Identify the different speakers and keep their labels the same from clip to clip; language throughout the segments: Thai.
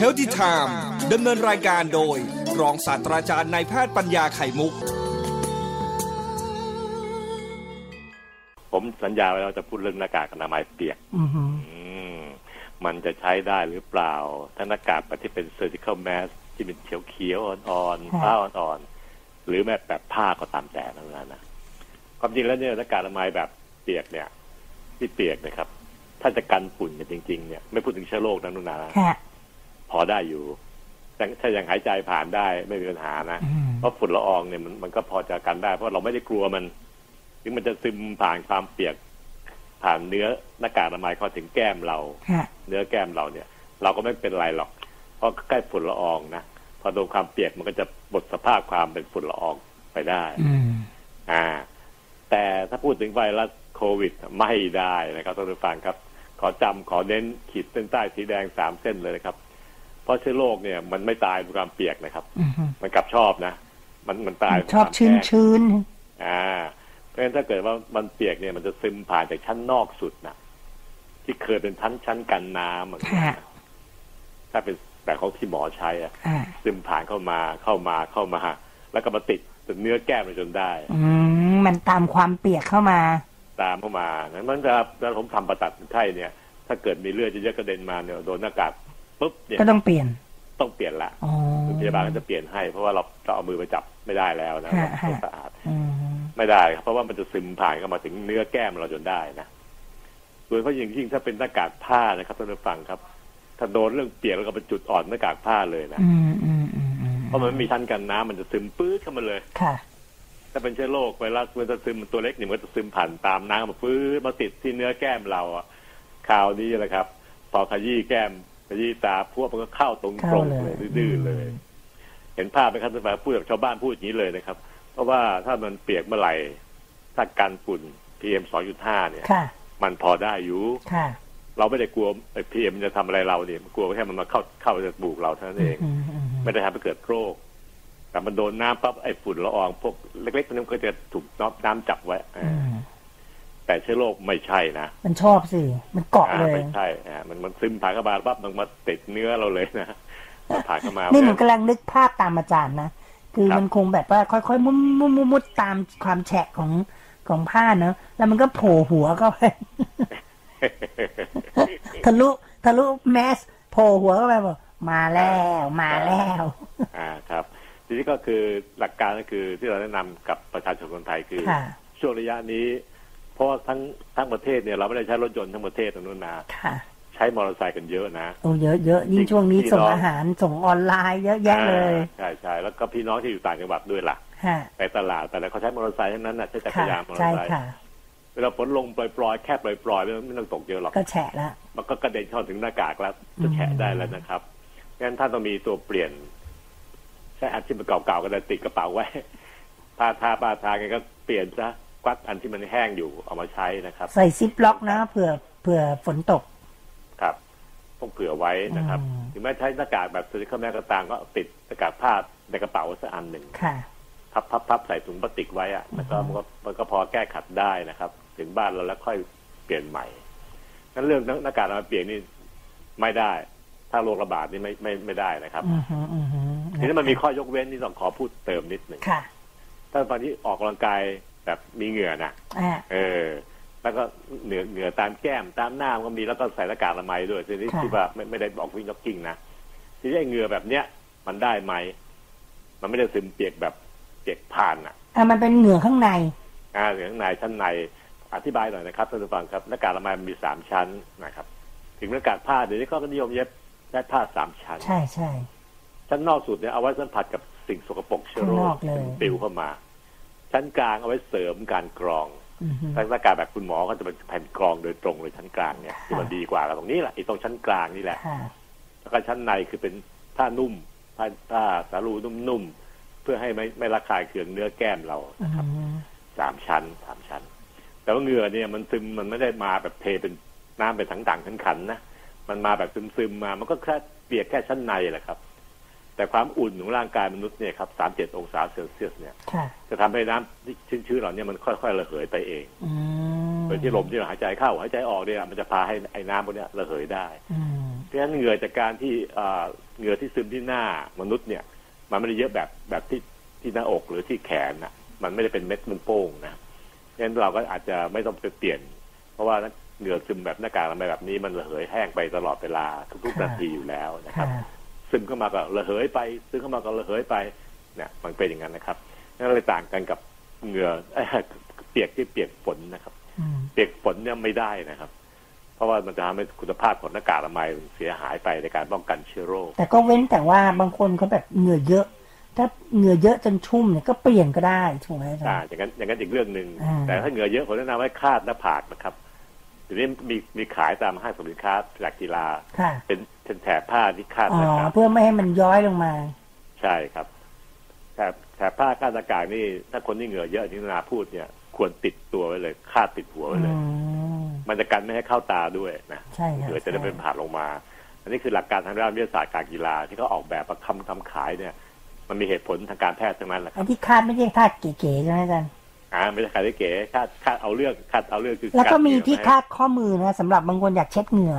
Speaker 1: h e a l t h y Time ดำเนินรายการโดย รองศาสตราจารย์นายแพทย์ปัญญาไข่มุก
Speaker 2: ผมสัญญาไว้แล้วจะพูดเรื่องหน้ากากอนามัยเปียก
Speaker 3: อือหือ
Speaker 2: อืม มันจะใช้ได้หรือเปล่า ถ้าหน้ากากแบบที่เป็น surgical mask ที่เป็นเขียวเขียวๆอ่อนๆผ้าอ่อนๆ หรือแม้แบบผ้าก็ตามแต่ทั้งนั้นนะความจริงแล้วเนี่ยหน้ากากอนามัยแบบเปียกเนี่ย ที่เปียกนะครับ ถ้าจะกันฝุ่นกันจริง ๆ เนี่ย ไม่พูดถึงเชื้อโรคนะนุ่นนานะ
Speaker 3: ค่ะ
Speaker 2: พอได้อยู่แต่ถ้ายังหายใจผ่านได้ไม่มีปัญหานะ
Speaker 3: อืม
Speaker 2: เพราะฝุ่นละอองเนี่ยมันมันก็พอจะกันได้ เพราะเราไม่ได้กลัวมันถึงมันจะซึมผ่านความเปียก ผ่านเนื้อหน้ากากอนามัยเข้าถึงแก้มเรา
Speaker 3: ค่ะ
Speaker 2: เนื้อแก้มเราเนี่ย เราก็ไม่เป็นไรหรอก เพราะใกล้ฝุ่นละอองนะพอโดนความเปียกมันก็จะบดสภาพความเป็นฝุ่นละอองไปได้
Speaker 3: อืม
Speaker 2: อ่า แต่ถ้าพูดถึงไวรัสโควิดไม่ได้นะครับท่านผู้ฟังครับ ขอจำขอเน้นขีดเส้นใต้สีแดงสามเส้นเลยนะครับ เพราะเชื้อโรคเนี่ยมันไม่ตายด้วยความเปียกนะครับ
Speaker 3: อือหือ
Speaker 2: มันกลับชอบนะ มันมันตาย
Speaker 3: ชอบชื้น
Speaker 2: ด้วยความแห้ง
Speaker 3: ชื้น
Speaker 2: อ่า เพราะฉะนั้นถ้าเกิดว่ามันเปียกเนี่ยมันจะซึมผ่านจากชั้นนอกสุดนะที่เคยเป็นชั้นชั้นกันน้ำอะ
Speaker 3: ค่ะ
Speaker 2: ถ้าเป็นแบบของที่หมอใช้อะ
Speaker 3: อ่า
Speaker 2: ซึมผ่านเข้ามาเข้ามาเข้ามา แล้วก็มาติดเนื้อแก้มเราจนได้
Speaker 3: อืมมันตามความเปียกเข้ามา
Speaker 2: ตามเข้ามานั้นมันจะนั้นผมทำประตัดคนไข้เนี่ย ถ้าเกิดมีเลือดเยอะๆกระเด็นมาเนี่ยโดนหน้ากากปุ๊บเนี่ย
Speaker 3: ก็ต้องเปลี่ยน
Speaker 2: ต้องเปลี่ยนละ
Speaker 3: อ๋อ
Speaker 2: โรงพยาบาลก็จะเปลี่ยนให้ เพราะว่าเราเราเอามือไปจับไม่ได้แล้วนะ
Speaker 3: ฮะฮะ
Speaker 2: ต้องสะอาด
Speaker 3: อืม
Speaker 2: ไม่ได้ครับเพราะว่ามันจะซึมผ่านเข้ามาถึงเนื้อแก้มเราจนได้นะโดยเฉพาะอย่างยิ่งถ้าเป็นหน้ากากผ้านะครับท่านผู้ฟังครับ ถ้าโดนเรื่องเปียกแล้วก็เป็นจุดอ่อนหน้ากากผ้าเลยนะ
Speaker 3: อืมอืมอืมอืม
Speaker 2: เพราะมันไม่มีชั้นกันน้ำมันจะซึมปื๊ดเข้ามาเลย
Speaker 3: ค่ะ
Speaker 2: ถ้าเป็นเชื้อโรคไวรัสมันจะซึมตัวเล็กเนี่ยมันจะซึมผ่านตามน้ำมาฟื้นมาติดที่เนื้อแก้มเราอะคราวนี้แหละครับ พอขยี้แก้มขยี้ตาพวกมันก็เข้าตรงตร
Speaker 3: เข้าง เลย
Speaker 2: เลยดื้อๆเลย
Speaker 3: อืม
Speaker 2: เห็นภาพไหมครับท่านผู้ฟังพูดแบบชาวบ้านพูดอย่างนี้เลยนะครับ เพราะว่าถ้ามันเปียกเมื่อไหร่ถ้าการฝุ่น PM 2.5 เนี่ย
Speaker 3: ค่ะ
Speaker 2: มันพอได้อยู่
Speaker 3: ค่ะ
Speaker 2: เราไม่ได้กลัวไอ้ PM มันจะทำอะไรเราเนี่ยมันกลัวแค่มันมาเข้าเข้าจมูกเราเท่านั้นเอง
Speaker 3: อืมอืมอืม
Speaker 2: ไม่ได้ทำให้เกิดโรค แต่มันโดนน้ำปั๊บไอ้ฝุ่นละอองพวกเล็กๆพวกนั้นก็จะถูกน้ำน้ำจับไว้อ่า
Speaker 3: อืม
Speaker 2: แต่เชื้อโรคไม่ใช่นะ
Speaker 3: มันชอบสิมันเกาะ
Speaker 2: อ่า
Speaker 3: เลย
Speaker 2: ไม่ใช่อ่ามันมันซึมผ่านเข้ามาปั๊บมันมาติดเนื้อเราเลยนะมันผ่านเข้ามา
Speaker 3: นี่หนูกำลังนึกภาพตามอาจารย์นะ คือ
Speaker 2: ครับ
Speaker 3: มันคงแบบว่าค่อยๆ มุดมุดมุดมุดตามความแฉะของของผ้าเนอะแล้วมันก็โผล่หัวเข้าไป ทะลุทะลุแมสโผล่หัวเข้าไปบอกมาแล้วมาแล้ว
Speaker 2: อ่าครับ ทีนี้ก็คือหลักการก็คือที่เราแนะนำกับประชาชนคนไทยคือ
Speaker 3: ค่ะ
Speaker 2: ช่วงระยะนี้ เพราะว่าทั้งทั้งประเทศเนี่ยเราไม่ได้ใช้รถยนต์ทั้งประเทศนะนุ่นนา
Speaker 3: ค่ะ
Speaker 2: ใช้มอเตอร์ไซค์กันเยอะนะ
Speaker 3: โอ้เยอะเยอะยิ่งช่วงนี้
Speaker 2: พี่น้อง
Speaker 3: ส่งอาหารส่งออนไลน์เยอะแยะเลย
Speaker 2: อ่าใช่ใช่แล้วก็พี่น้องที่อยู่ต่างจังหวัดด้วยล่ะ
Speaker 3: ค่ะ
Speaker 2: ไปตลาดแต่ละเขาใช้มอเตอร์ไซค์ทั้งนั้นนะใช้จักร
Speaker 3: ค่ะ
Speaker 2: ยานมอเตอ
Speaker 3: ใช่
Speaker 2: ร์ไซค์
Speaker 3: ค่ะ
Speaker 2: เวลาฝนลงปล่อยๆแค่ปล่อยๆไม่ต้องไม่ต้องตกเยอะหรอก
Speaker 3: ก็แฉะละ
Speaker 2: มันก็กระเด็นเข้าถึงหน้ากากแล้ว
Speaker 3: อืม
Speaker 2: จะแฉะได้แล้วนะครับงั้นถ้านต้องมีตัวเปลี่ยน ใช้อันที่มันเก่าๆก็ได้ติดกระเป๋าไว้ ผ้าทาผ้าทาไงก็เปลี่ยนซะควักอันที่มันแห้งอยู่เอามาใช้นะครับ
Speaker 3: ใส่ซิปล็อกนะเผื่อเผื่อฝนตก
Speaker 2: ครับต้องเผื่อไว้นะครับ
Speaker 3: อืม
Speaker 2: ถึงแม้ใช้หน้ากากแบบซิลิคอนแมสก็ตามก็ติดหน้ากากผ้าในกระเป๋าสักอันหนึ่ง
Speaker 3: ค่ะ
Speaker 2: พับพับพับใส่ถุงพลาสติกไว้อะแล้วก็มันก็มันก็พอแก้ขัดได้นะครับ ถึงบ้านเราแล้วค่อยเปลี่ยนใหม่นั้นเรื่องหน้ากากอนามัยเปียกนี่ไม่ได้ ถ้าโรคระบาดนี่ไม่ไม่ไม่ได้นะครับ
Speaker 3: อือหืออือหือ
Speaker 2: ทีนี้มันมีข้อยกเว้นที่ต้องขอพูดเติมนิดหนึ่ง
Speaker 3: ค่ะ
Speaker 2: ถ้าตอนที่ออกกำลังกายแบบมีเหงื่อนะ
Speaker 3: อ่า
Speaker 2: เออ แล้วก็เหนือเหนือตามแก้มตามหน้ามันก็มีแล้วก็ใส่หน้ากากอนามัยด้วยทีนี้
Speaker 3: ค่ะ
Speaker 2: ที่ว่าไม่ไม่ได้บอกวิ่งจ็อกกิ้งนะทีนี้ไอ้เหงื่อแบบเนี้ยมันได้ไหมมันไม่ได้ซึมเปียกแบบเปียกผ่านอะ
Speaker 3: อ่ะมันเป็นเหงื่อข้างใน
Speaker 2: อ่าเหลืองในชั้นในอธิบายหน่อยนะครับท่านผู้ฟังครับหน้ากากอนามัยมันมีสามชั้นนะครับ ถึงหน้ากากผ้าเดี๋ยวนี้ก็นิยมเย็บได้ผ้าสามชั้น
Speaker 3: ใช่ใช่
Speaker 2: ชั้นนอกสุดเนี่ยเอาไว้สัมผัสกับสิ่งสกปรกเชื้อโร
Speaker 3: ข้างน
Speaker 2: ค
Speaker 3: อกเลย
Speaker 2: ที่ปิวเข้ามา ชั้นกลางเอาไว้เสริมการกรอง
Speaker 3: อือหือ
Speaker 2: ทางหน้ากากแบบคุณหมอก็จะเป็นแผ่นกรองโดยตรงเลยชั้นกลางเนี่ย
Speaker 3: ค่ะ
Speaker 2: ที่มันดีกว่ากับตรงนี้แหละไอ้ตรงชั้นกลางนี่แหละ
Speaker 3: ค่ะ
Speaker 2: แล้วก็ชั้นในคือเป็นผ้านุ่มผ้าผ้าสาลูนุ่มๆเพื่อให้ไม่ไม่ระคายเคืองเนื้อแก้มเรา
Speaker 3: อื
Speaker 2: นะ
Speaker 3: อ
Speaker 2: ครับ
Speaker 3: หือ
Speaker 2: สามชั้นสามชั้น แต่ว่าเหงื่อเนี่ยมันซึมมันไม่ได้มาแบบเทเป็นน้ำเป็นถังต่างขันขันๆนะมันมาแบบซึมซึมๆมา มันก็แค่เปียกแค่ชั้นในแหละครับ แต่ความอุ่นของร่างกายมนุษย์เนี่ยครับสามเจ็ดองศาเซลเซียสเนี่ย
Speaker 3: ค่ะ
Speaker 2: จะทำให้น้ำที่ชื้นๆเหล่านี้มันค่อยๆระเหยไปเอง
Speaker 3: อืม
Speaker 2: โดยที่ลมที่เราหายใจเข้าหายใจออกเนี่ยมันจะพาให้ไอ้น้ำพวกเนี้ยระเหยได้
Speaker 3: อืม
Speaker 2: เพราะฉะนั้นเหงื่อจากการที่เอ่อเหงื่อที่ซึมที่หน้ามนุษย์เนี่ย มันไม่ได้เยอะแบบแบบที่ที่หน้าอกหรือที่แขนนะมันไม่ได้เป็นเม็ดมันโป้งนะเพราะฉะนั้นเราก็อาจจะไม่ต้องไปเปลี่ยน เพราะว่าเหงื่อซึมแบบหน้ากากอนามัยแบบนี้มันระเหยแห้งไปตลอดเวลาทุกๆนาทีอยู่แล้วนะครับ
Speaker 3: ค่ะ
Speaker 2: ซึมเข้ามาก็ระเหยไป ซึมเข้ามาก็ระเหยไปเนี่ยมันเป็นอย่างนั้นนะครับนั่นเลยต่างกันกับเหงื่อ เปียกที่เปียกฝนนะครับ
Speaker 3: อืม
Speaker 2: เปียกฝนเนี่ยไม่ได้นะครับ เพราะว่ามันจะทำให้คุณภาพของหน้ากากอนามัยมันเสียหายไปในการป้องกันเชื้อโรค
Speaker 3: แต่ก็เว้นแต่ว่าบางคนเขาแบบเหงื่อเยอะ ถ้าเหงื่อเยอะจนชุ่มเนี่ยก็เปลี่ยนก็ได้ถูกไหมอาจาร
Speaker 2: อ่า
Speaker 3: ย์
Speaker 2: อย่างนั้นอย่างนั้นอีกเรื่องหนึ่ง
Speaker 3: อ่า
Speaker 2: แต่ถ้าเหงื่อเยอะผมแนะนำให้คาดหน้าผากนะครับทีนี้มีมีขายตามห้างสรรพสินค้าจากกีฬา
Speaker 3: ค่ะ
Speaker 2: เป็นเป็นแถบผ้าที่คาด
Speaker 3: อ๋
Speaker 2: ห
Speaker 3: อ
Speaker 2: น้ากาก
Speaker 3: เพื่อไม่ให้มันย้อยลงมา
Speaker 2: ใช่ครับแถบแถบผ้าคาดหน้ากากนี่ถ้าคนที่เหงื่อเยอะที่นาพูดเนี่ย ควรติดตัวไว้เลยคาดติดหัวไว้เลย
Speaker 3: อืม
Speaker 2: มันจะกันไม่ให้เข้าตาด้วยนะ
Speaker 3: ใช่ค่ะ
Speaker 2: เหงื่อจะได้เป็นผ่านลงมา อันนี้คือหลักการทางด้านวิทยาศาสตร์การกีฬาที่เขาออกแบบประคำทำขายเนี่ย มันมีเหตุผลทางการแพทย์ทั้งนั้นแหละค
Speaker 3: อั
Speaker 2: รับ
Speaker 3: นที่คาดไม่ใช่คาดเก๋ๆใช่ไหมอาจารย์
Speaker 2: อ่าไม่ใช่ขายได้เก๋คาดคาดเอาเรื่องคาดเอาเรื่องคือ
Speaker 3: แล้วก็
Speaker 2: ด
Speaker 3: มี
Speaker 2: เหงื่อ
Speaker 3: ที่
Speaker 2: ไให้
Speaker 3: คาดข้อมือนะสำหรับบางคนอยากเช็ดเหงื่อ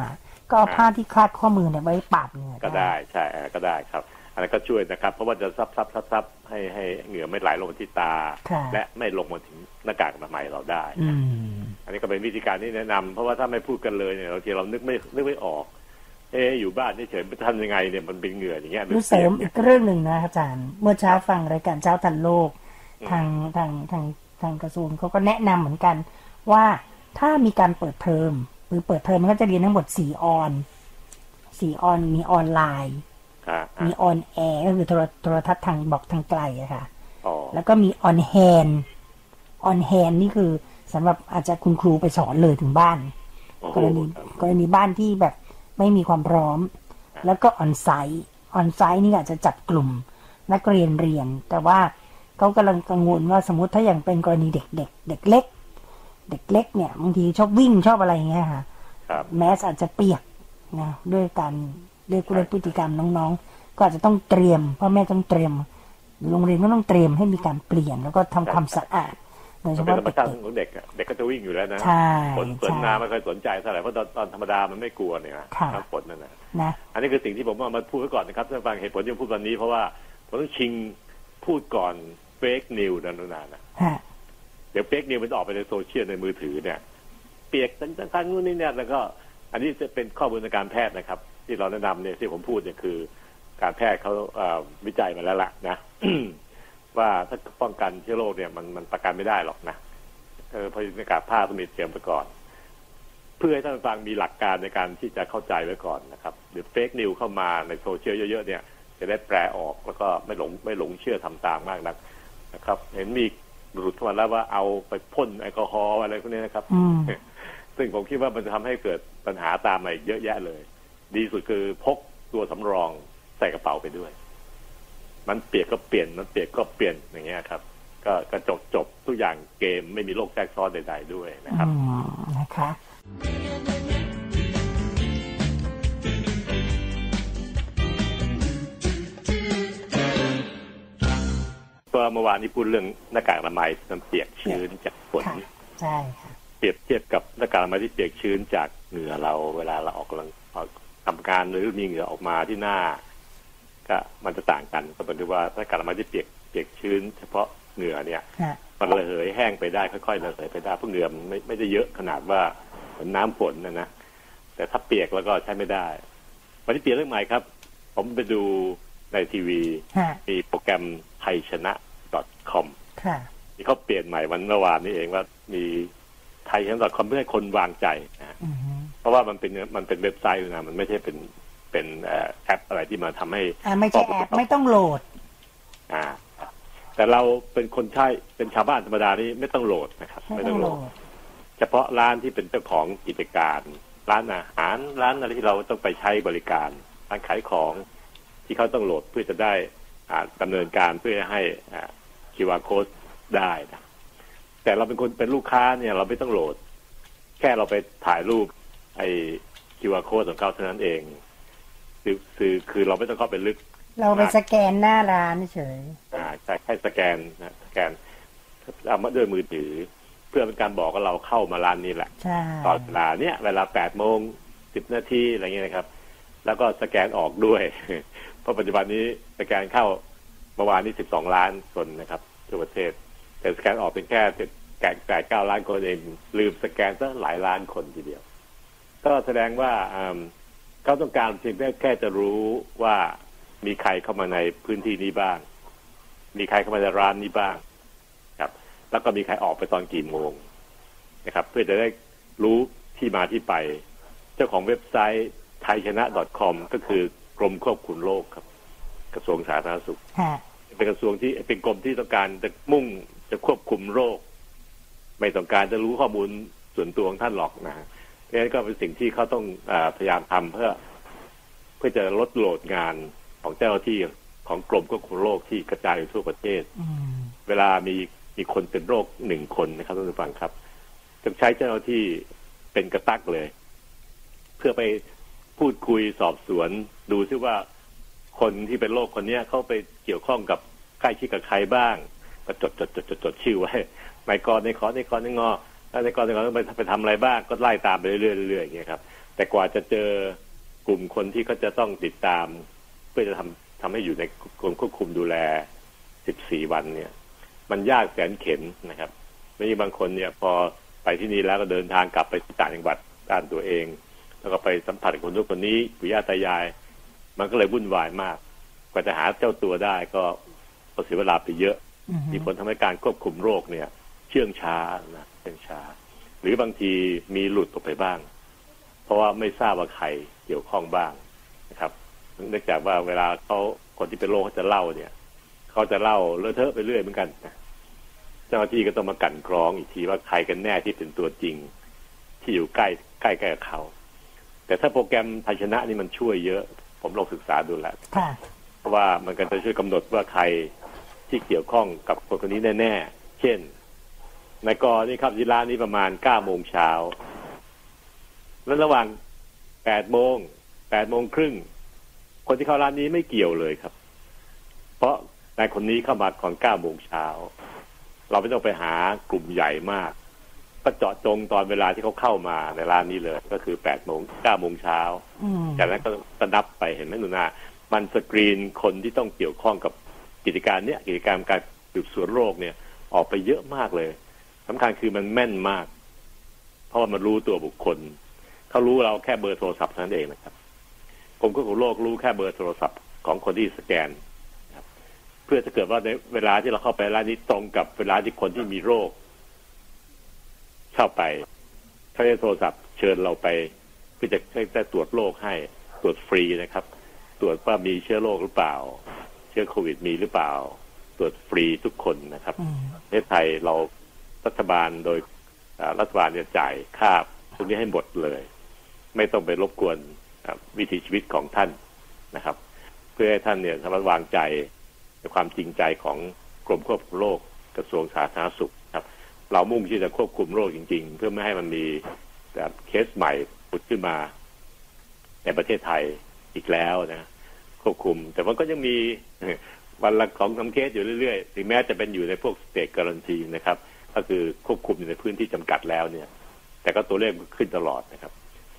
Speaker 3: ก็เอา
Speaker 2: อ่า
Speaker 3: ผ้าที่คาดข้อมือเนี่ยไว้ปาดเหงื่อ
Speaker 2: ก็ได้ใช่เออก็ได้ครับ อันนั้นก็ช่วยนะครับ เพราะว่าจะซับซับซับซับให้ให้เหงื่อไม่ไหลลงมาที่ตา
Speaker 3: ค่ะ
Speaker 2: และไม่ลงมาถึงหน้ากากอนามัยเราได้
Speaker 3: อืม
Speaker 2: อันนี้ก็เป็นวิธีการที่แนะนำเพราะว่าถ้าไม่พูดกันเลยเนี่ยบางทีเรานึกไม่นึกไม่ออก เอะอยู่บ้านเฉยๆไม่ทำยังไงเนี่ยมันเป็นเหงื่ออย่างเงี้ยน
Speaker 3: รู้เสริม
Speaker 2: ปียก
Speaker 3: อี
Speaker 2: นี่
Speaker 3: ก
Speaker 2: ย
Speaker 3: เรื่องหนึ่งนะอาจารย์ เมื่อเช้าฟังรายการเจ้าทันโลก
Speaker 2: อืม
Speaker 3: ทางทางทางทางกระทรวงเขาก็แนะนำเหมือนกัน ว่าถ้ามีการเปิดเทอมหรือเปิดเทอมมันก็จะเรียนทั้งหมดสี่ออนสี่ออนมีออนไลน์
Speaker 2: ฮะฮะ
Speaker 3: มีออนแอร์ก็คือโทรโทรทัศน์ทางบอกทางไกลอะค่ะ
Speaker 2: อ๋อ
Speaker 3: แล้วก็มีออนแฮนออนแฮนนี่คือสำหรับอาจจะคุณครูไปสอนเลยถึงบ้าน
Speaker 2: โอ้
Speaker 3: ก
Speaker 2: โห
Speaker 3: รณีกรณีบ้านที่แบบไม่มีความพร้อม แล้วก็ออนไซต์ออนไซต์นี่อาจจะจัดกลุ่มนักเรียนเรียน แต่ว่าเขากำลังกังวลว่าสมมติถ้าอย่างเป็นกรณีเด็กเด็กเด็กเล็ก เด็กเล็กเนี่ยบางทีชอบวิ่งชอบอะไรอย่างเงี้ยค่ะ
Speaker 2: ครับ
Speaker 3: แมสอาจจะเปียกนะด้วยการด้วยด้วยพฤติกรรมน้องๆ ก็อาจจะต้องเตรียมพ่อแม่ต้องเตรียม โรงเรียนก็ต้องเตรียมให้มีการเปลี่ยน แล้วก็ทำความสะอาดโดยเฉ
Speaker 2: มันเป็น
Speaker 3: พาะ
Speaker 2: ธรรมชา
Speaker 3: เด็
Speaker 2: ติ
Speaker 3: ก
Speaker 2: ของเด็กอะเด็กก็จะวิ่งอยู่แล้วนะ
Speaker 3: ๆใช่
Speaker 2: ฝนฝน
Speaker 3: ใช่
Speaker 2: น้ำไม่ค่อยสนใจเท่าไหร่เพราะตอนตอนธรรมดามันไม่กลัวเนี่ยนะ
Speaker 3: ค่ะ
Speaker 2: น้ำฝนนั่นนะ
Speaker 3: นะ
Speaker 2: อันนี้คือสิ่งที่ผมเอามาพูดไว้ก่อนนะครับท่านฟังเหตุผลที่ผมพูดวันนี้เพราะว่าผมต้องชิงพูดก่อนเฟกนิวนันนานๆนะ
Speaker 3: ฮะ
Speaker 2: เดี๋ยวเฟกนิวมันจะออกไปในโซเชียลในมือถือเนี่ย เปียกตั้งๆั้นู่นนี่เนี่ยแล้วก็ อันนี้จะเป็นข้อมูลทางการแพทย์นะครับ ที่เราแนะนำเนี่ยที่ผมพูดเนี่ยคือ การแพทย์เขาเอ่อวิจัยมาแล้วล่ะนะ ว่าถ้าป้องกันเชื้อโรคเนี่ยมันมันประกันไม่ได้หรอกนะเออเพราะในการผ้าต้องมีเตรียมไปก่อน เพื่อให้ท่านฟังมีหลักการในการที่จะเข้าใจไว้ก่อนนะครับหรือเฟกนิวเข้ามาในโซเชียลเยอะๆเนี่ย จะได้แปลออกแล้วก็ไม่หลงไม่หลงเชื่อทำตามมากนักนะครับ เห็นมีหลุดเข้ามาแล้วว่าเอาไปพ่นแอลกอฮอล์อะไรพวกนี้นะครับ
Speaker 3: อืม
Speaker 2: ซึ่งผมคิดว่ามันจะทำให้เกิดปัญหาตามมาอีกเยอะแยะเลย ดีสุดคือพกตัวสำรองใส่กระเป๋าไปด้วย มันเปียกก็เปลี่ยนมันเปียกก็เปลี่ยนอย่างเงี้ยครับ ก็กระจบจบทุกอย่างเกมไม่มีโรคแทรกซ้อนใดๆด้วยนะครับ
Speaker 3: อืมนะคะ
Speaker 2: ก็เมื่อวานนี้พูดเรื่องหน้ากากอนามัยมันเปียกชื้นจากฝน
Speaker 3: ค่ะ ใช่ค่ะ
Speaker 2: เปรียบเทียบกับหน้ากากอนามัยที่เปียกชื้นจากเหงื่อเรา เวลาเราออกกำลังออกทำการหรือมีเหงื่อออกมาที่หน้า ก็มันจะต่างกันก็เป็นที่ว่าหน้ากากอนามัยที่เปียกเปียกชื้น เฉพาะเหงื่อเนี่ย
Speaker 3: ฮะ
Speaker 2: มันระเหยแห้งไปได้ค่อยๆระเหยไปได้เพราะเหงื่อมันไม่ไม่ได้เยอะขนาดว่าเหมือนน้ำฝนนะนะแต่ถ้าเปียกแล้วก็ใช้ไม่ได้วันที่เปลี่ยนเรื่องใหม่ครับ ผมไปดูในทีวี
Speaker 3: ฮะ
Speaker 2: มีโปรแกรมไทยชนะ .com
Speaker 3: ค่ะ
Speaker 2: ที่เขาเปลี่ยนใหม่วันเมื่อวานนี้เองว่ามีไทยชนะ .com เพื่อให้คนวางใจนะ
Speaker 3: อืม
Speaker 2: เพราะว่ามันเป็นมันเป็นเว็บไซต์นะมันไม่ใช่เป็นเป็นเอ่อแอปอะไรที่มาทำให้
Speaker 3: อ่าไม่ใช่แอปไม่ต้องโหลด
Speaker 2: อ่า แต่เราเป็นคนใช้เป็นชาวบ้านธรรมดานี่ไม่ต้องโหลดนะครับ
Speaker 3: ไม่
Speaker 2: ไม่ต้
Speaker 3: ต้อ
Speaker 2: อง ง
Speaker 3: โห
Speaker 2: โหล
Speaker 3: ลด
Speaker 2: ด เฉพาะร้านที่เป็นเจ้าของกิจการ ร้านอาหารร้านอะไรที่เราต้องไปใช้บริการร้านขายของที่เขาต้องโหลดเพื่อจะได้อ่าดำเนินการเพื่อให้คิวอาร์โค้ดได้นะแต่เราเป็นคนเป็นลูกค้าเนี่ย เราไม่ต้องโหลด แค่เราไปถ่ายรูปไอ้คิวอาร์โค้ดของเขาเท่านั้นเองคือคือคือเราไม่ต้องเข้าไปลึก
Speaker 3: เราไปสแกนหน้าร้านเฉย
Speaker 2: อ่าใช่ให้สแกนนะสแกนเอามาด้วยมือถือ เพื่อเป็นการบอกว่าเราเข้ามาร้านนี้แหละ
Speaker 3: ใช่
Speaker 2: ตอนเวลาเนี้ยเวลาแปดโมงสิบนาทีอะไรเงี้ยนะครับ แล้วก็สแกนออกด้วย เพราะปัจจุบันนี้สแกนเข้าเมื่อวานนี้ 12 ล้านคนนะครับทั่วประเทศ แต่สแกนออกเป็นแค่แก่แปดเก้าล้านคนเอง ลืมสแกนซะหลายล้านคนทีเดียว ก็แสดงว่าอืมเขาต้องการเพียงแค่แค่จะรู้ว่ามีใครเข้ามาในพื้นที่นี้บ้าง มีใครเข้ามาในร้านนี้บ้าง ครับ แล้วก็มีใครออกไปตอนกี่โมงนะครับ เพื่อจะได้รู้ที่มาที่ไป เจ้าของเว็บไซต์ไทยชนะ .com ก็คือกรมควบคุมโรคครับ กระทรวงสาธารณสุข
Speaker 3: ฮะ
Speaker 2: เป็นกระทรวงที่เป็นกรมที่ต้องการจะมุ่งจะควบคุมโรค ไม่ต้องการจะรู้ข้อมูลส่วนตัวของท่านหรอกนะฮะเพราะฉะนั้นก็เป็นสิ่งที่เขาต้องอาพยายามทำเพื่อ เพื่อจะลดโหลดงานของเจ้าหน้าที่ของกรมควบคุมโรคที่กระจายอยู่ทั่วประเทศ
Speaker 3: อืม
Speaker 2: เวลามีมีคนเป็นโรคหนึ่งคนนะครับท่านผู้ฟังครับจะใช้เจ้าหน้าที่เป็นกระตักเลย เพื่อไปพูดคุยสอบสวน ดูซิว่าคนที่เป็นโรคคนเนี้ยเขาไปเกี่ยวข้องกับใกล้ชิดกับใครบ้างก็จดจดจดจดจดชื่อไว้นายกรนายขอนายกรนายงอแล้วนายกรนายงอต้องไปไปทำอะไรบ้างก็ไล่ตามไปเรื่อยๆเรื่อยๆอย่างเงี้ยครับ แต่กว่าจะเจอกลุ่มคนที่เขาจะต้องติดตาม เพื่อจะทำทำให้อยู่ในกรมควบคุมดูแล 14 วันเนี่ย มันยากแสนเข็นนะครับไม่ใช่บางคนเนี่ยพอไปที่นี่แล้วก็เดินทางกลับไปที่ต่างจังหวัดด้านตัวเอง แล้วก็ไปสัมผัสกับคนนู้นคนนี้ปู่ย่าตายาย มันก็เลยวุ่นวายมาก กว่าจะหาเจ้าตัวได้ก็ก็เสียเวลาไปเยอะ
Speaker 3: อืม
Speaker 2: มีผลทำให้การควบคุมโรคเนี่ย เชื่องช้านะเชื่องช้า หรือบางทีมีหลุดออกไปบ้าง เพราะว่าไม่ทราบว่าใครเกี่ยวข้องบ้างนะครับเนื่องจากว่าเวลาเขาคนที่เป็นโรคเขาจะเล่าเนี่ยเขาจะเล่าเลอะเทอะไปเรื่อยเหมือนกันนะเจ้าหน้าที่ก็ต้องมากลันกรองอีกทีว่าใครกันแน่ที่เป็นตัวจริง ที่อยู่ใกล้ใกล้ใกล้กับเขา แต่ถ้าโปรแกรมไทยชนะนี่มันช่วยเยอะ ผมลองศึกษาดูแล้ว
Speaker 3: ค่ะ
Speaker 2: เพราะว่ามันก็จะช่วยกำหนดว่าใครที่เกี่ยวข้องกับคนคนนี้แน่ๆ เช่น นายกรนี่ครับที่ร้านนี้ประมาณเก้าโมงเช้า แล้วระหว่างแปดโมงแปดโมงครึ่ง คนที่เข้าร้านนี้ไม่เกี่ยวเลยครับ เพราะนายคนนี้เข้ามาก่อนเก้าโมงเช้า เราไม่ต้องไปหากลุ่มใหญ่มาก ก็เจาะจงตอนเวลาที่เขาเข้ามาในร้านนี้เลย ก็คือแปดโมงเก้าโมงเช้า
Speaker 3: อืม
Speaker 2: จากนั้นก็ก็นับไปเห็นไหมหนูนา มันสกรีนคนที่ต้องเกี่ยวข้องกับกิจการเนี้ยกิจการการสืบสวนโรคเนี่ย ออกไปเยอะมากเลยสำคัญคือมันแม่นมาก เพราะว่ามันรู้ตัวบุคคล เขารู้เราแค่เบอร์โทรศัพท์เท่านั้นเองนะครับกรมควบคุมโรครู้แค่เบอร์โทรศัพท์ของคนที่สแกนนะครับเพื่อจะเกิดว่าในเวลาที่เราเข้าไปร้านนี้ตรงกับเวลาที่คนที่มีโรค เข้าไปเขาจะโทรศัพท์เชิญเราไปเพื่อจะจะตรวจโรคให้ตรวจฟรีนะครับ ตรวจว่ามีเชื้อโรคหรือเปล่า เชื้อโควิดมีหรือเปล่า ตรวจฟรีทุกคนนะครับ
Speaker 3: อืม
Speaker 2: ประเทศไทยเรารัฐบาลโดยอ่ารัฐบาลเนี่ยจ่ายค่าพวกนี้ให้หมดเลย ไม่ต้องไปรบกวนอ่าวิถีชีวิตของท่านนะครับ เพื่อให้ท่านเนี่ยสามารถวางใจในความจริงใจของกรมควบคุมโรคกระทรวงสาธารณสุขครับ เรามุ่งที่จะควบคุมโรคจริง ๆ เพื่อไม่ให้มันมีแต่เคสใหม่ผุดขึ้นมา ในประเทศไทยอีกแล้วนะควบคุม แต่มันก็ยังมี วันละของทำเคสอยู่เรื่อยๆ ถึงแม้จะเป็นอยู่ในพวกสเต t การันตีนะครับ ก็คือควบคุมอยู่ในพื้นที่จำกัดแล้วเนี่ย แต่ก็ตัวเลขก็ขึ้นตลอดนะครับ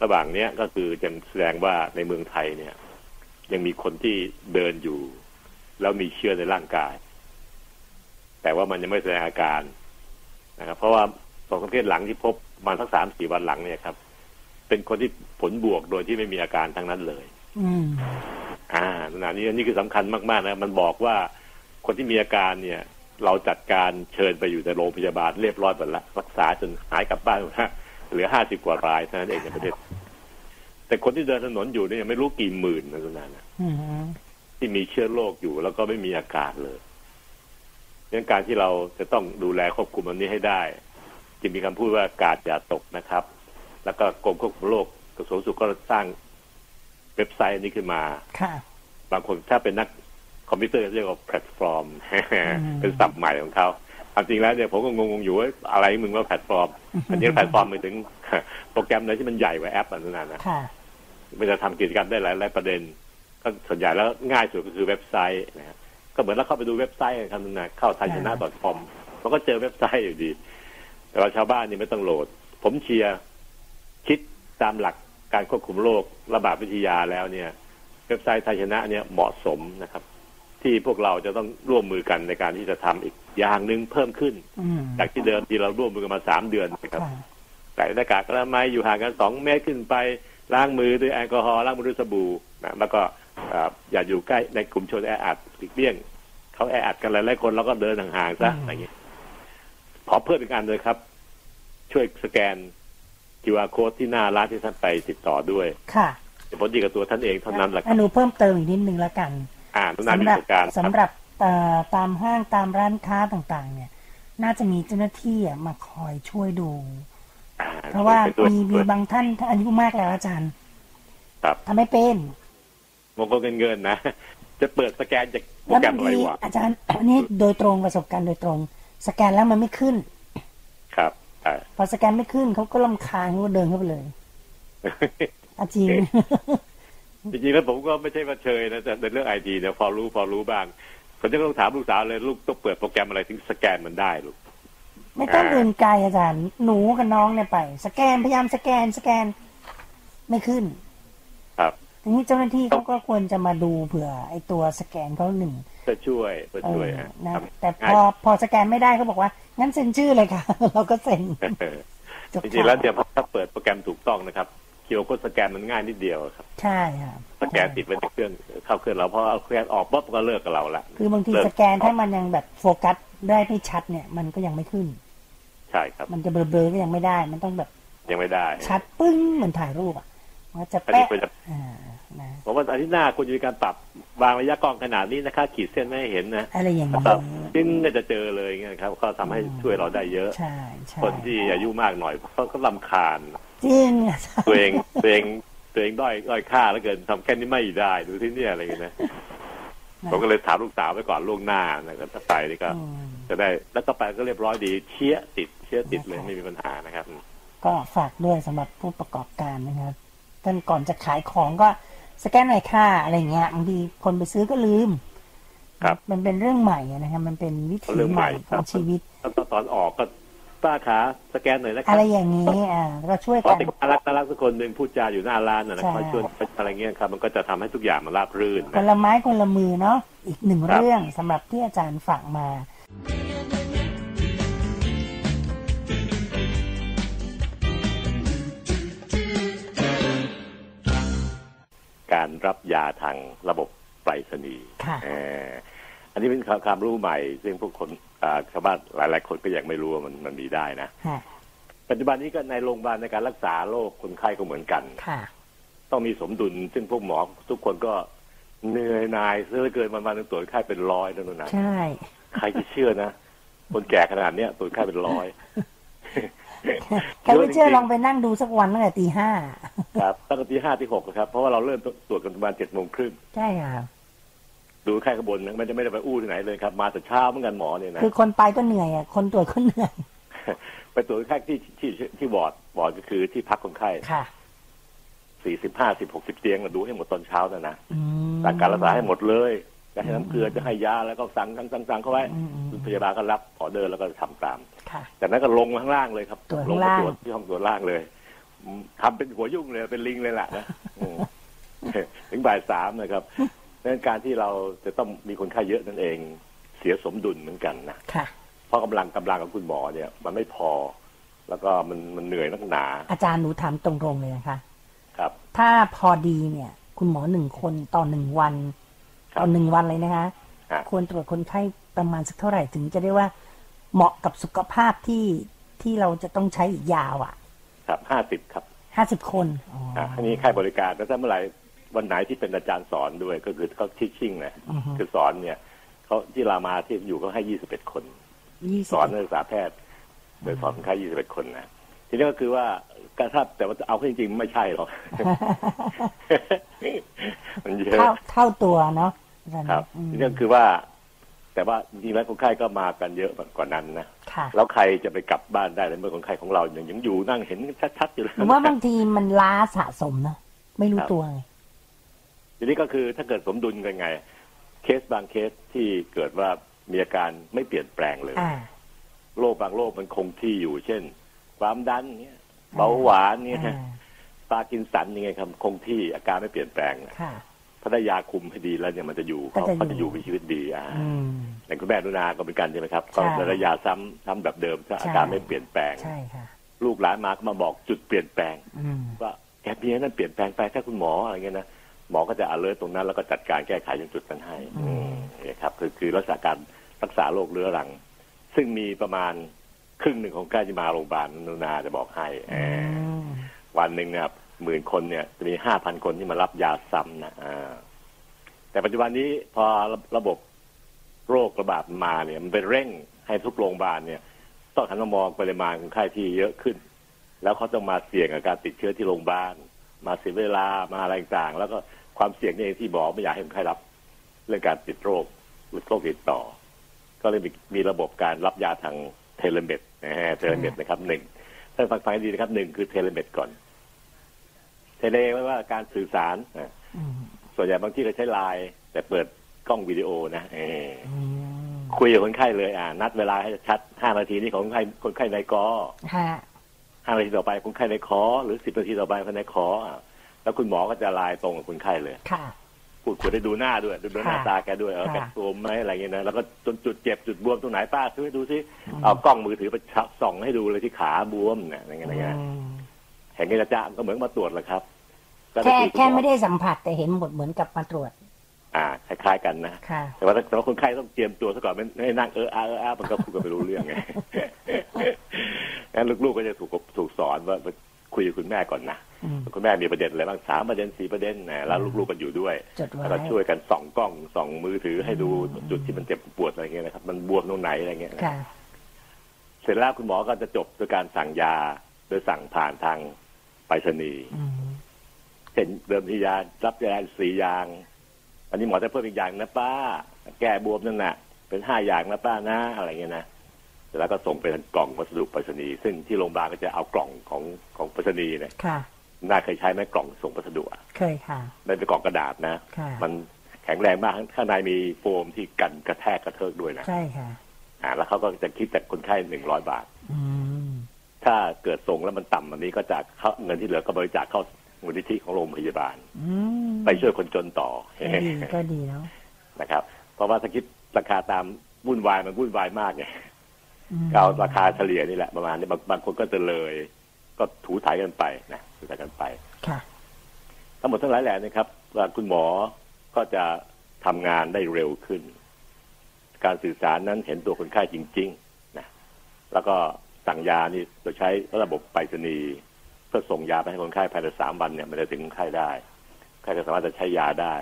Speaker 2: ระหว่างเนี้ยก็คือยังแสดงว่าในเมืองไทยเนี่ย ยังมีคนที่เดินอยู่ แล้วมีเชื้อในร่างกาย แต่ว่ามันยังไม่แสดงอาการนะครับ เพราะว่าสองสามเคสหลังที่พบประมาณสักสามสี่วันหลังเนี่ยครับ เป็นคนที่ผลบวกโดยที่ไม่มีอาการทั้งนั้นเลย
Speaker 3: อืม
Speaker 2: อ่าขณะนี้อันนี้คือสำคัญมากๆนะมันบอกว่าคนที่มีอาการเนี่ย เราจัดการเชิญไปอยู่ในโรงพยาบาลเรียบร้อยหมดละรักษาจนหายกลับบ้านหมดละเหลือห้าสิบกว่ารายเท่านั้นเองในประเทศ แต่คนที่เดินถนนอยู่เนี่ยไม่รู้กี่หมื่นนะคุณนานะ
Speaker 3: อืม
Speaker 2: ที่มีเชื้อโรคอยู่แล้วก็ไม่มีอาการเลยดังการที่เราจะต้องดูแลควบคุมอันนี้ให้ได้ จึงมีคำพูดว่ากาดอย่าตกนะครับ แล้วก็กรมควบคุมโรคกระทรวงสุขก็สร้างเว็บไซต์อันนี้ขึ้นมา
Speaker 3: ค่ะ
Speaker 2: บางคนถ้าเป็นนักคอมพิวเตอร์เรียกว่าแพลตฟอ ร์ม
Speaker 3: ม
Speaker 2: เป็นศัพท์ใหม่ของเขาความจริงแล้วเนี่ยผมก็งงๆอยู่ว่าอะไรมึงว่าแพลตฟอร์ม อันนี้แพลตฟอร์มหมายถึง โปรแกรมอะไรที่มันใหญ่กว่าแอปอันนั้นนะ
Speaker 3: ค่ะ
Speaker 2: มันจะทำกิจกรรมได้หลายหลายประเด็น ก็ส่วนใหญ่แล้วง่ายสุดก็คือเว็บไซต์นะฮะก็เหมือนเราเข้าไปดูเว็บไซต์กันครับนะเข้าไทยชนะ .com มันก็เจอเว็บไซต์อยู่ดี แต่ว่าชาวบ้านนี่ไม่ต้องโหลด ผมเชียร์คิดตามหลัก การควบคุมโรคระบาดวิทยาแล้วเนี่ยเว็บไซต์ไทยชนะเนี่ยเหมาะสมนะครับ ที่พวกเราจะต้องร่วมมือกันในการที่จะทำอีกอย่างหนึ่งเพิ่มขึ้น
Speaker 3: อืม
Speaker 2: จากที่เดิมที่เราร่วมมือกันมาสามเดือนนะครับ
Speaker 3: ค่ะ
Speaker 2: ใส่หน้ากากอนามัยอยู่ห่างกันสองเมตรขึ้นไปล้างมือด้วยแอลกอฮอล์ล้างมือด้วยสบู่นะแล้วก็เอ่ออย่าอยู่ใกล้ในกลุ่มชนแออัดหลีกเลี่ยงเขาแออัดกันหลายๆคนเราก็เดินห่างๆซะอะไรอย่างนี้ขอเพิ่มอีกอันเลยครับ ช่วยสแกน QR code ที่หน้าร้านที่ท่านไปติดต่อด้วย
Speaker 3: ค่ะ
Speaker 2: เป็นผลดีกับตัวท่านเองเท่านั้นแหละค
Speaker 3: อ่ะ
Speaker 2: รับ
Speaker 3: หนูเพิ่มเติมอีกนิดนึงละกัน
Speaker 2: อ่านหน้า
Speaker 3: สำ
Speaker 2: วิ
Speaker 3: หรับ
Speaker 2: ชาการค
Speaker 3: สำห
Speaker 2: รับ
Speaker 3: รับเอ่อตามห้างตามร้านค้าต่างๆ เนี่ย น่าจะมีเจ้าหน้าที่อ่ะมาคอยช่วยดู
Speaker 2: อ่
Speaker 3: เพราะว่า
Speaker 2: ช่ยไปด้วย
Speaker 3: มีมี
Speaker 2: ด้วย
Speaker 3: บางท่านท่านอายุมากแล้วอาจารย์
Speaker 2: ครับ
Speaker 3: ทำไม่เป็น
Speaker 2: มงคลเงินๆนะ จะเปิดสแกนจากโปร
Speaker 3: แล้ว
Speaker 2: แกร
Speaker 3: บาม ง
Speaker 2: อะไร
Speaker 3: ที
Speaker 2: วะ
Speaker 3: อาจารย์ อันนี้โดยตรงประสบการณ์โดยตรง สแกนแล้วมันไม่ขึ้น
Speaker 2: ครับอ่า
Speaker 3: พอสแกนไม่ขึ้นเขาก็ลำคาญเขาก็เดินเข้าไปเลยอาจริง
Speaker 2: เอ๊ะ จริงๆแล้วผมก็ไม่ใช่มาเชยนะแต่ในเรื่องไอทีเนี่ยพอรู้พอรู้บ้างผมจะต้องถามลูกสาวเลยลูกต้องเปิดโปรแกรมอะไรถึงสแกนมันได้ลูก
Speaker 3: ไม่ต้อง
Speaker 2: อ่า
Speaker 3: เดินไกลอาจารย์ หนูกับน้องเนี่ยไป สแกนพยายามสแกนสแกนไม่ขึ้น
Speaker 2: ครับ
Speaker 3: ทีนี้เจ้าหน้าที่เขาก็ควรจะมาดูเผื่อไอตัวสแกนเขาหนึ่ง
Speaker 2: จะช่วยจะ
Speaker 3: เอ
Speaker 2: ช่ว
Speaker 3: อย
Speaker 2: ฮะ
Speaker 3: นะ
Speaker 2: ครับ
Speaker 3: แต่พ
Speaker 2: ง่าย
Speaker 3: อพอสแกนไม่ได้เขาบอกว่า งั้นเซ็นชื่อเลยค่ะ เราก็เซ็น
Speaker 2: เออ
Speaker 3: จบ
Speaker 2: จริงๆแล้ว
Speaker 3: ข่า
Speaker 2: เนี่ยพอถ้าเปิดโปรแกรมถูกต้องนะครับเคียวก็สแกนมันง่ายนิดเดียวครับ
Speaker 3: ใช่ค่ะ
Speaker 2: สแกนติดไว้ในเครื่องเข้าเครื่องเราพอเอาเครื่องออกปุ๊บก็เลิกกับเราละ
Speaker 3: คือบางที
Speaker 2: เลิ
Speaker 3: สแกนถ้ามันยังแบบโฟกัสได้ไม่ชัดเนี่ย มันก็ยังไม่ขึ้น
Speaker 2: ใช่ครับ
Speaker 3: มันจะเบลอๆก็ยังไม่ได้ มันต้องแบบ
Speaker 2: ยังไม่ได้
Speaker 3: ชัดปึ้งเหมือนถ่ายรูปอ่ะมันจะ
Speaker 2: อันนี้
Speaker 3: แปะ
Speaker 2: ควรจะ
Speaker 3: อ่านะ
Speaker 2: ผมว่าอาทิตย์หน้าควรจะมีการปรับวางระยะกล้องขนาดนี้นะคะ ขีดเส้นไม่ให้เห็นนะ
Speaker 3: อะไรอย่าง
Speaker 2: แล้ว
Speaker 3: นี้
Speaker 2: ก็จึงก็จะเจอเลยอย่างเงี้ยครับก็ทำให้ช่วยเราได้เยอะ
Speaker 3: ใช่ใช่
Speaker 2: คนที่อายุมากหน่อย เขาก็ลำคาญ
Speaker 3: จริงอาจารย์
Speaker 2: ตัวเอง ตัวเองตัวเองด้อยด้อยค่าแล้วเกินทำแค่นี้ไม่ได้ดูที่เนี่ยอะไรอย่างเงี้ยนะ
Speaker 3: นะ
Speaker 2: ผมก็เลยถามลูกสาวไปก่อนล่วงหน้านะครับถ้าไปนี่ก็
Speaker 3: อืม
Speaker 2: จะได้แล้วก็ไปก็เรียบร้อยดีเชี่ยติดเชี่ยติดเลย
Speaker 3: นะคะ
Speaker 2: ไม่มีปัญหานะครับ
Speaker 3: ก็ฝากด้วยสำหรับผู้ประกอบการนะครับท่านก่อนจะขายของก็สแกนหน่อยค่ะอะไรเงี้ยบางทีคนไปซื้อก็ลืม
Speaker 2: ครับ
Speaker 3: มันเป็นเรื่องใหม่อะนะครับ มันเป็นวิถี
Speaker 2: เรื่อง
Speaker 3: ให
Speaker 2: ใหม่
Speaker 3: ม่ข
Speaker 2: ครั
Speaker 3: อง
Speaker 2: บ
Speaker 3: ชีวิต
Speaker 2: แล้วก็ตอนออกก็ป้าขาสแกนหน่อยนะครั
Speaker 3: อะ
Speaker 2: บ
Speaker 3: ไรอย่างนี้อ่าก็ช่วย
Speaker 2: พอ
Speaker 3: กัน
Speaker 2: ติดน่ารักน่ารักสักคนหนึ่งพูดจาอยู่หน้าร้านน่ะนะคอยชวนอะไรเงี้ยครับ มันก็จะทำให้ทุกอย่างมันราบรื่น
Speaker 3: ค
Speaker 2: นะ
Speaker 3: นละไม้คนละมือเนาะอีกหนึ่ง
Speaker 2: ครับ
Speaker 3: เรื่องสำหรับที่อาจารย์ฝากมา
Speaker 2: การรับยาทางระบบไปรษณีย์
Speaker 3: ค่ะ
Speaker 2: เอ่ออันนี้เป็นความรู้ใหม่ ซึ่งพวกคนอ่าชาวบ้านหลาย ๆ คนก็ยังไม่รู้ว่ามันมันมีได้นะ
Speaker 3: ค่ะ
Speaker 2: ปัจจุบันนี้ก็ในโรงพยาบาลในการรักษาโรคคนไข้ก็เหมือนกัน
Speaker 3: ค่ะ
Speaker 2: ต้องมีสมดุล ซึ่งพวกหมอทุกคนก็เหนื่อยหนายซะเหลือเกินวันวันหนึ่งตรวจไข้เป็นร้อยแล้วนู่นนะ
Speaker 3: ใช่
Speaker 2: ใครจะเชื่อนะคนแก่ขนาดเนี้ยตรวจไข้เป็นร้อย
Speaker 3: ใครไม่เชื่อ
Speaker 2: เยอะจริงๆ
Speaker 3: ลองไปนั่งดูสักวันตั้งแต่ตีห้า
Speaker 2: ครับตั้งแต่ตีห้าตีหกนะครับเพราะว่าเราเริ่มตรวจกันประมาณเจ็ดโมงครึ่ง
Speaker 3: ใช่ค่ะ
Speaker 2: ดูไข้ข้างบนนะมันจะไม่ได้ไปอู้ที่ไหนเลยครับมาแต่เช้าเหมือนกันหมอเนี่ยนะ
Speaker 3: คือคนไปก็เหนื่อยอ่ะคนตรวจก็เหนื่อย
Speaker 2: ไปตรวจคนไข้ที่ที่ที่ที่วอร์ดวอร์ดก็คือที่พักคนไข้
Speaker 3: ค่ะ
Speaker 2: สี่สิบห้าสิบหกสิบเตียงอะดูให้หมดตอนเช้านะนะ
Speaker 3: อืม
Speaker 2: สั่งการรักษาให้หมดเลย จะให้น้ำเกลือจะให้ยาแล้วก็สั่งสั่งสั่งสั่งเข้าไว้
Speaker 3: อืมอืม
Speaker 2: คุณพยาบาลก็รับออเดอร์แล้วก็ทำตาม
Speaker 3: ค่ะ
Speaker 2: จากนั้นก็ลงมาข้างล่างเลยครับ
Speaker 3: ตรวจ
Speaker 2: ลมา
Speaker 3: ข้างล่าง
Speaker 2: ตรวจที่ห้องตรวจล่างเลยอืมทำเป็นหัวยุ่งเลยเป็นลิงเลยล่ะนะอืม ถึงบ่ายสามนะครับดังนั้นการที่เราจะต้องมีคนไข้เยอะนั่นเอง เสียสมดุลเหมือนกันนะ
Speaker 3: ค่ะ
Speaker 2: เพราะกำลังกำลังของคุณหมอเนี่ย มันไม่พอ แล้วก็มันมันเหนื่อยนักหนา
Speaker 3: อาจารย์หนูถามตรงๆเลยนะคะ
Speaker 2: ครับ
Speaker 3: ถ้าพอดีเนี่ย คุณหมอหนึ่งคนต่อหนึ่งวัน
Speaker 2: ครับ
Speaker 3: ต่อหนึ่งวันเลยนะคะ
Speaker 2: ฮะ
Speaker 3: ควรตรวจคนไข้ประมาณสักเท่าไหร่ถึงจะได้ว่าเหมาะกับสุขภาพที่ที่เราจะต้องใช้อีกยาวอ่ะ
Speaker 2: ครับห้าสิบ50 ครับ
Speaker 3: ห้าสิบคนอ๋ออ
Speaker 2: อ่ะอันนี้ค่ายบริการแล้วถ้าเมื่อไหร่วันไหนที่เป็นอาจารย์สอนด้วยก็คือเขาชิ่ชิ่งนะ
Speaker 3: อือฮึ
Speaker 2: คือสอนเนี่ยเขาที่รามาที่อยู่เขาให้ยี่สิบเอ็ดคน
Speaker 3: ยี่
Speaker 2: ส
Speaker 3: สิบ
Speaker 2: อนนักศึกษาแพทย์โดยสอนคนไข้ยี่สิบเอ็ดคนนะทีนี้ก็คือว่าการถ้าแต่ว่าจะเอาเข้าจริงๆ ไม่ใช่ หรอก มันเยอะ
Speaker 3: เท่าเท่าตัวเนาะอาจารย์
Speaker 2: ครับ
Speaker 3: อืม
Speaker 2: นี่ก็คือว่า แต่ว่าจริงๆแล้วคนไข้ก็มากันเยอะกว่านั้นนะ
Speaker 3: ค่ะ
Speaker 2: แล้วใครจะไปกลับบ้านได้ในเมื่อคนไข้ของเรายังยังอยู่นั่งเห็นชัดๆอยู่เลย
Speaker 3: หรือว่าบางทีมันล้าสะสมเนาะไม่รู้ตัวไง
Speaker 2: ทีนี้ก็คือถ้าเกิดสมดุลกันไง เคสบางเคสที่เกิดว่ามีอาการไม่เปลี่ยนแปลงเลย
Speaker 3: อ่า
Speaker 2: โรคบางโรคมันคงที่อยู่ เช่น ความดันเนี่ยเบาหวานเนี่ย
Speaker 3: อ่า
Speaker 2: ปากินสันยังไงครับคงที่อาการไม่เปลี่ยนแปลงนะ
Speaker 3: ค่ะ
Speaker 2: ถ้าได้ยาคุมให้ดีแล้วเนี่ยมันจะอยู่
Speaker 3: ก็
Speaker 2: เขา
Speaker 3: จะอยู่
Speaker 2: เขาจะอยู่มีชีวิตดีอ่า
Speaker 3: อืม
Speaker 2: แต่คุณแม่นุนาก็เป็นกันใช่ไหมครับ
Speaker 3: ใช่
Speaker 2: ก็ได้ยาซ้ำซ้ำแบบเดิมถ้า
Speaker 3: ใช่
Speaker 2: อาการไม่เปลี่ยนแปลง
Speaker 3: ใช่ค่ะ
Speaker 2: ลูกหลานมาก็มาบอกจุดเปลี่ยนแปลง
Speaker 3: อืม
Speaker 2: ว่าแกเมียนั่นเปลี่ยนแปลงไปถ้าคุณหมออะไรเงี้ยนะหมอก็จะ alert ตรงนั้นแล้วก็จัดการแก้ไขยังจุดนั้นให้
Speaker 3: อืม
Speaker 2: อืมเนี่ยครับคือคือรักษาการรักษาโรคเรื้อรัง ซึ่งมีประมาณครึ่งหนึ่งของการจะมาโรงพยาบาลนุนาจะบอกให้เอ
Speaker 3: อื
Speaker 2: อ
Speaker 3: ม
Speaker 2: วันหนึ่งเนี่ยหมื่นคนเนี่ยจะมีห้าพันคนที่มารับยาซ้ำนะอ่าแต่ปัจจุบันนี้พอระระบบโรคระบาดมาเนี่ยมันไปเร่งให้ทุกโรงพยาบาลเนี่ย ต้องหันมามองปริมาณคนไข้ที่เยอะขึ้น แล้วเขาต้องมาเสี่ยงกับการติดเชื้อที่โรงพยาบาล มาเสียเวลา มาอะไรต่างๆ แล้วก็ความเสี่ยงนี่เองที่หมอไม่อยากให้คนไข้รับ เรื่องการติดโรคหรือโรคติดต่อ ก็เลยมีมีระบบการรับยาทางเทเลเมดนะฮะเทเลเมดนะครับหนึ่งถ้าฟังฟังให้ดีนะครับหนึ่งคือเทเลเมดก่อน เทเลไม่ว่าการสื่อสารอ่ะ
Speaker 3: อืม
Speaker 2: ส่วนใหญ่บางที่เราใช้ไลน์แต่เปิดกล้องวิดีโอนะเออ
Speaker 3: อืม
Speaker 2: คุยกับคนไข้เลยอ่านัดเวลาให้ชัดห้านาทีนี้ของคนไข้คนไข้ในกอ
Speaker 3: ค่ะ
Speaker 2: ห้านาทีต่อไปคนไข้ในคอหรือสิบนาทีต่อไปคนไข้ในคออ่ะแล้วคุณหมอก็จะไลายตรงกับคนไข้เลย
Speaker 3: ค่ะ
Speaker 2: พูดคุยได้ดูหน้าด้วยดูหน้า
Speaker 3: ค่ะ
Speaker 2: ตาแกด้วยเออ
Speaker 3: ค่ะ
Speaker 2: แกตัวมไหมอะไรเงี้ยนะแล้วก็จนจุดเจ็บจุดบวมตรงไหนป้าช่วยดูซิ
Speaker 3: อืม
Speaker 2: เอากล้องมือถือไปส่องให้ดูเลยที่ขาบวมเนี่ยอะไรเงี้ยอะไรเงี้ย
Speaker 3: อืม
Speaker 2: เห็นกันจ้าก็เหมือนมาตรวจแหละครับก็ด้
Speaker 3: แค่
Speaker 2: คุยกับ
Speaker 3: แค่
Speaker 2: หอ
Speaker 3: ไม่ได้สัมผัสแต่เห็นหมดเหมือนกับมาตรวจ
Speaker 2: อ่าคล้ายๆกันนะ
Speaker 3: ค่ะ
Speaker 2: แต่ว่าแต่ว่าคนไข้ต้องเตรียมตัวซะก่อนไม่ไม่ให้นั่งเอออาเอออามันก็พูดกันไม่รู้เรื่อง ไง งั้นลูกๆก็จะถูกกับถูกสอนว่าว่าคุยกับคุณแม่ก่อนนะ
Speaker 3: อืม
Speaker 2: คุณแม่มีประเด็นอะไรบ้างสามประเด็นสี่ประเด็นนะแล้วลูกๆก็อยู่ด้วย
Speaker 3: จดไว้
Speaker 2: แล้วก็ช่วยกันส่องกล้องส่องมือถือให้ดูจุดที่มันเจ็บปวดอะไรเงี้ยนะครับมันบวมตรงไหนอะไรเงี้ยนะ
Speaker 3: ค่ะ
Speaker 2: เสร็จแล้วคุณหมอก็จะจบด้วยการสั่งยา โดยสั่งผ่านทางไปรษณีย์
Speaker 3: อืม
Speaker 2: เช่นเดิมทียารับยาสี่อย่าง อันนี้หมอจะเพิ่มอีกอย่างนะป้า แก้บวมนั่นน่ะ เป็นห้าอย่างนะป้านะอะไรเงี้ยนะเสร็จแล้วก็ส่งไปทางกล่องวัสดุไปรษณีย์ซึ่งที่โรงพยาบาลก็จะเอากล่องของของไปรษณีย์เนี่ย
Speaker 3: ค่ะ
Speaker 2: น่าเคยใช้ไหมกล่องส่งพัสดุอะ
Speaker 3: เคยค่ะ
Speaker 2: ไม่เป็นกล่องกระดาษนะ
Speaker 3: ค่ะ
Speaker 2: มันแข็งแรงมากข้างข้างในมีโฟมที่กันกระแทกกระเทิกด้วยนะ
Speaker 3: ใช่ค่ะ
Speaker 2: อ่าแล้วเขาก็จะคิดจากคนไข้หนึ่งร้อยบาท
Speaker 3: อืม
Speaker 2: ถ้าเกิดส่งแล้วมันต่ำอันนี้ก็จะเข้าเงินที่เหลือก็บริจาคเข้ามูลนิธิของโรงพยาบาล
Speaker 3: อืม
Speaker 2: ไปช่วยคนจนต่อ
Speaker 3: ก็ดีก็ดีแล้ว
Speaker 2: นะครับเพราะว่าถ้าคิดราคาตามวุ่นวายมันวุ่นวายมากไง
Speaker 3: อืม
Speaker 2: ก็เอาราคาเฉลี่ยนี่แหละประมาณนี้บางบางคนก็จะเลย ก็ถูถ่ายกันไปนะถูถ่ายกันไป
Speaker 3: ค่ะ
Speaker 2: ทั้งหมดทั้งหลายแหล่นะครับว่าคุณหมอก็จะทำงานได้เร็วขึ้น การสื่อสารนั้นเห็นตัวคนไข้จริงๆนะแล้วก็สั่งยานี่เราใช้ระบบไปรษณีย์เพื่อส่งยาไปให้คนไข้ภายในสามวันเนี่ยมันจะถึงคนไข้ได้คนไข้จะสามารถจะใช้ยาได้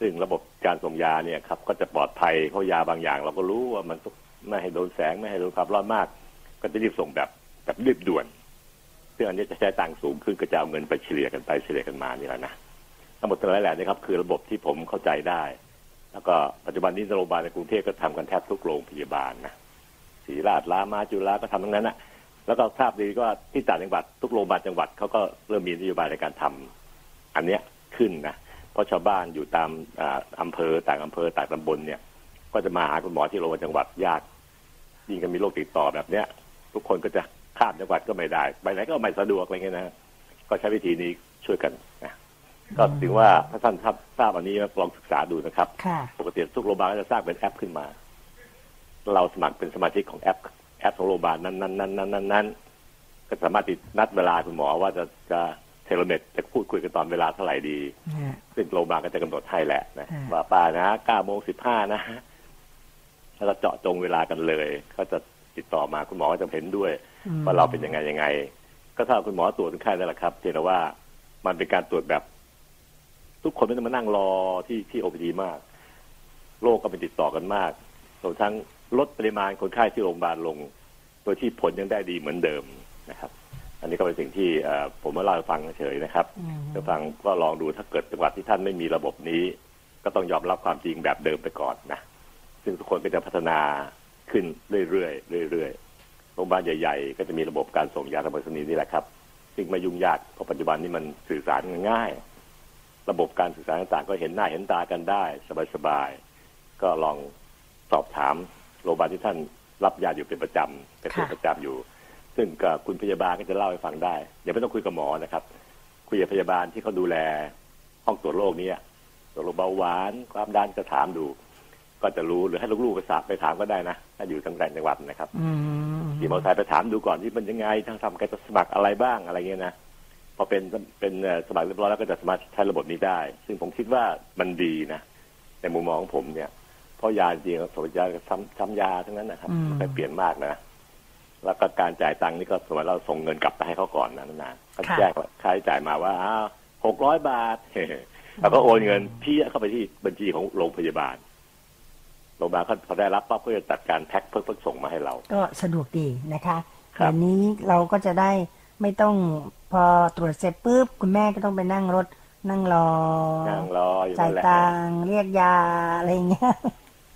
Speaker 2: ซึ่งระบบการส่งยาเนี่ยครับ ก็จะปลอดภัยเพราะยาบางอย่าง เราก็รู้ว่ามันต้องไม่ให้โดนแสงไม่ให้โดนความร้อนมาก ก็จะรีบส่งแบบแบบรีบด่วน ซึ่งอันนี้จะใช้ตังค์สูงขึ้นก็จะเอาเงินไปเฉลี่ยกันไปเฉลี่ยกันมานี่แหละนะทั้งหมดทั้งหลายแหล่นะครับ คือระบบที่ผมเข้าใจได้ แล้วก็ปัจจุบันนี้โรงพยาบาลในกรุงเทพก็ทำกันแทบทุกโรงพยาบาลนะศรีราชรามาจุฬาก็ทำทั้งนั้นนะแล้วก็ทราบดีก็ที่ต่างจังหวัดทุกโรงพยาบาลจังหวัดเขาก็เริ่มมีนโยบายในการทำอันเนี้ยขึ้นนะเพราะชาวบ้านอยู่ตามอ่าอำเภอต่างอำเภอต่างตำบลเนี่ย ก็จะมาหาคุณหมอที่โรงพยาบาลจังหวัดยาก ยิ่งก็มีโรคติดต่อแบบเนี้ย ทุกคนก็จะข้ามจังหวัดก็ไม่ได้ ไปไหนก็ไม่สะดวกอะไรเงี้ยนะ ก็ใช้วิธีนี้ช่วยกันนะก็ถือว่าถ้าท่านทราบทราบอันนี้ลองศึกษาดูนะครับ
Speaker 3: ค่ะ
Speaker 2: ปกติทุกโรงพยาบาลก็จะสร้างเป็นแอปขึ้นมา เราสมัครเป็นสมาชิกของแอป แอปของโรงพยาบาลนั้นนั้นนั้นนั้นนั้นนั้นก็สามารถติดนัดเวลาคุณหมอว่าจะจะเทเลเมดจะพูดคุยกันตอนเวลาเท่าไหร่ดี ซึ่งโรงพยาบาลก็จะกำหนดให้แหละนะ
Speaker 3: อ่า
Speaker 2: ว่าป้านะเก้าโมงสิบห้านะแล้วก็เจาะจงเวลากันเลย ก็จะติดต่อมาคุณหมอก็จะเห็นด้วย
Speaker 3: อืม
Speaker 2: ว่าเราเป็นยังไงยังไง ก็ถ้าคุณหมอตรวจคนไข้ได้แหละครับเพียงแต่ว่ามันเป็นการตรวจแบบ ทุกคนไม่ต้องมานั่งรอที่ที่โอพีมากโรคก็ไปติดต่อกันมากรวมทั้งลดปริมาณคนไข้ที่โรงพยาบาลลง โดยที่ผลยังได้ดีเหมือนเดิมนะครับ อันนี้ก็เป็นสิ่งที่เอ่อผมมาเล่าให้ฟังเฉยๆนะครับ
Speaker 3: อืม
Speaker 2: จะฟังก็ลองดูถ้าเกิดจังหวัดที่ท่านไม่มีระบบนี้ ก็ต้องยอมรับความจริงแบบเดิมไปก่อนนะซึ่งทุกคนก็จะพัฒนาขึ้นเรื่อยๆเรื่อยๆโรงพยาบาลใหญ่ ๆ ก็จะมีระบบการส่งยาทางไปรษณีย์นี่แหละครับ ซึ่งไม่ยุ่งยากเพราะปัจจุบันนี้มันสื่อสารง่าย ระบบการสื่อสารต่างๆ ก็เห็นหน้าเห็นตากันได้ สบายๆก็ลองสอบถามโรงพยาบาลที่ท่านรับยาอยู่เป็นประจำเป็นประจำอยู่ ซึ่งก็คุณพยาบาลก็จะเล่าให้ฟังได้อย่าไม่ต้องคุยกับหมอนะครับ คุยกับพยาบาลที่เขาดูแลห้องตรวจโรคเนี้ตรวจโรคเบาหวานความดันก็ถามดู ก็จะรู้หรือให้ลูกๆไปสอบไปถามก็ได้นะถ้าอยู่ทั้งแต่จังหวัดนะครับ
Speaker 3: อืม
Speaker 2: ขี่มอเตอร์ไซค์ไปถามดูก่อนที่มันยังไงทางทำการสมัครอะไรบ้างอะไรเงี้ยนะพอเป็นเป็นเอ่อสมัครเรียบร้อยแล้วก็จะสามารถใช้ระบบนี้ได้ ซึ่งผมคิดว่ามันดีนะในมุมมองของผมเนี่ยเพราะยาจริงๆสมยาซ้ำซ้ำยาทั้งนั้นนะครับไม่เปลี่ยนมากนะแล้วก็การจ่ายตังค์นี่ก็สมมติเราส่งเงินกลับไปให้เขาก่อนนะนานๆเขาแจ้งว่าค่าใช้จ่ายมาว่าหกร้อยบาท แล้วก็โอนเงินพี่เข้าไปที่บัญชีของโรงพยาบาลโรงพยาบาลเขาพอได้รับปั๊บเขาจะจัดการแพ็คเพิ่มเพิ่มส่งมาให้เรา
Speaker 3: ก็สะดวกดีนะคะ
Speaker 2: ครับ
Speaker 3: แบบนี้เราก็จะได้ไม่ต้องพอตรวจเสร็จปุ๊บคุณแม่ก็ต้องไปนั่งรถนั่งรอ
Speaker 2: นั่งรออยู่
Speaker 3: จ่า
Speaker 2: นั่
Speaker 3: ย
Speaker 2: นแหละ
Speaker 3: ตังค์เรียกยาอะไรอย่างเงี้ย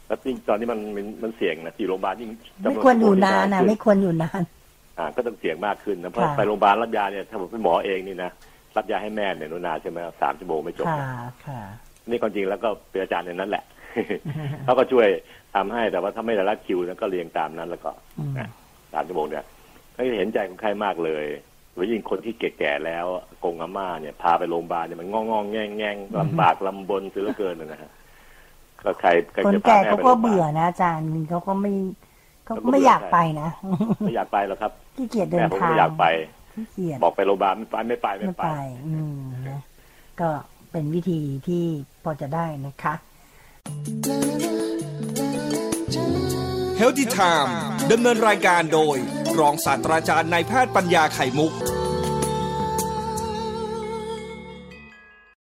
Speaker 2: แล้วจริงตอนนี้มันมันมันเสี่ยงนะที่โรงพยาบาลยิ่ง จำน
Speaker 3: ไม่ควรอยู่นาน
Speaker 2: ค
Speaker 3: นะ
Speaker 2: ที่
Speaker 3: ไม่ควรอยู่นาน
Speaker 2: อ่าก็ต้องเสี่ยงมากขึ้นนะเพราะ
Speaker 3: ค่ะ
Speaker 2: ไปโรงพยาบาลรับยาเนี่ยถ้าผมเป็นหมอเองนี่นะรับยาให้แม่เนี่ยนุนาใช่ไหมสามชั่วโมงไม่จบ
Speaker 3: ค่ะ
Speaker 2: นะ
Speaker 3: ค่ะ
Speaker 2: นี่ความจริงแล้วก็เป็นอาจารย์ในนั้นแหละ เขาก็ช่วยทำให้แต่ว่าถ้าไม่ได้รับคิวนะก็เรียงตามนั้นแล้วก็
Speaker 3: อืม
Speaker 2: นะสามชั่วโมงเนี่ยก็เห็นใจคนไข้มากเลยหรือยิ่งคนที่แก่ๆแล้วกงอาม่าเนี่ยพาไปโรงพยาบาลเนี่ยมันงองงๆแง่งแง่งๆลำบากลำบนเสือเหลือเกินนะฮะก็ใครใคร
Speaker 3: คน
Speaker 2: จะพา
Speaker 3: แก่
Speaker 2: ม่
Speaker 3: เขา
Speaker 2: ไปโรงพยา
Speaker 3: ก็
Speaker 2: บาล
Speaker 3: เบื่อนะอาจารย์เขาก็ไม่เขาก็
Speaker 2: เขาก็เบื่
Speaker 3: ไม่
Speaker 2: อ
Speaker 3: อ
Speaker 2: อ
Speaker 3: ยากไปนะ
Speaker 2: ไม่อยากไปหรอกครับ
Speaker 3: ขี้เกียจเดิ
Speaker 2: แม่
Speaker 3: น
Speaker 2: ผม
Speaker 3: ทา
Speaker 2: ก็
Speaker 3: ง
Speaker 2: อยากไป
Speaker 3: ขี้เกียจ
Speaker 2: บอกไปโรงพยาบาลไม่ไปไม่ไปไม่
Speaker 3: ไม่
Speaker 2: ไป
Speaker 3: ไป อืมนะก็เป็นวิธีที่พอจะได้นะคะ
Speaker 1: h e a l t h y Time ดำเนินรายการโดย รองศาสตราจารย์นายแพทย์ปัญญาไข่มุก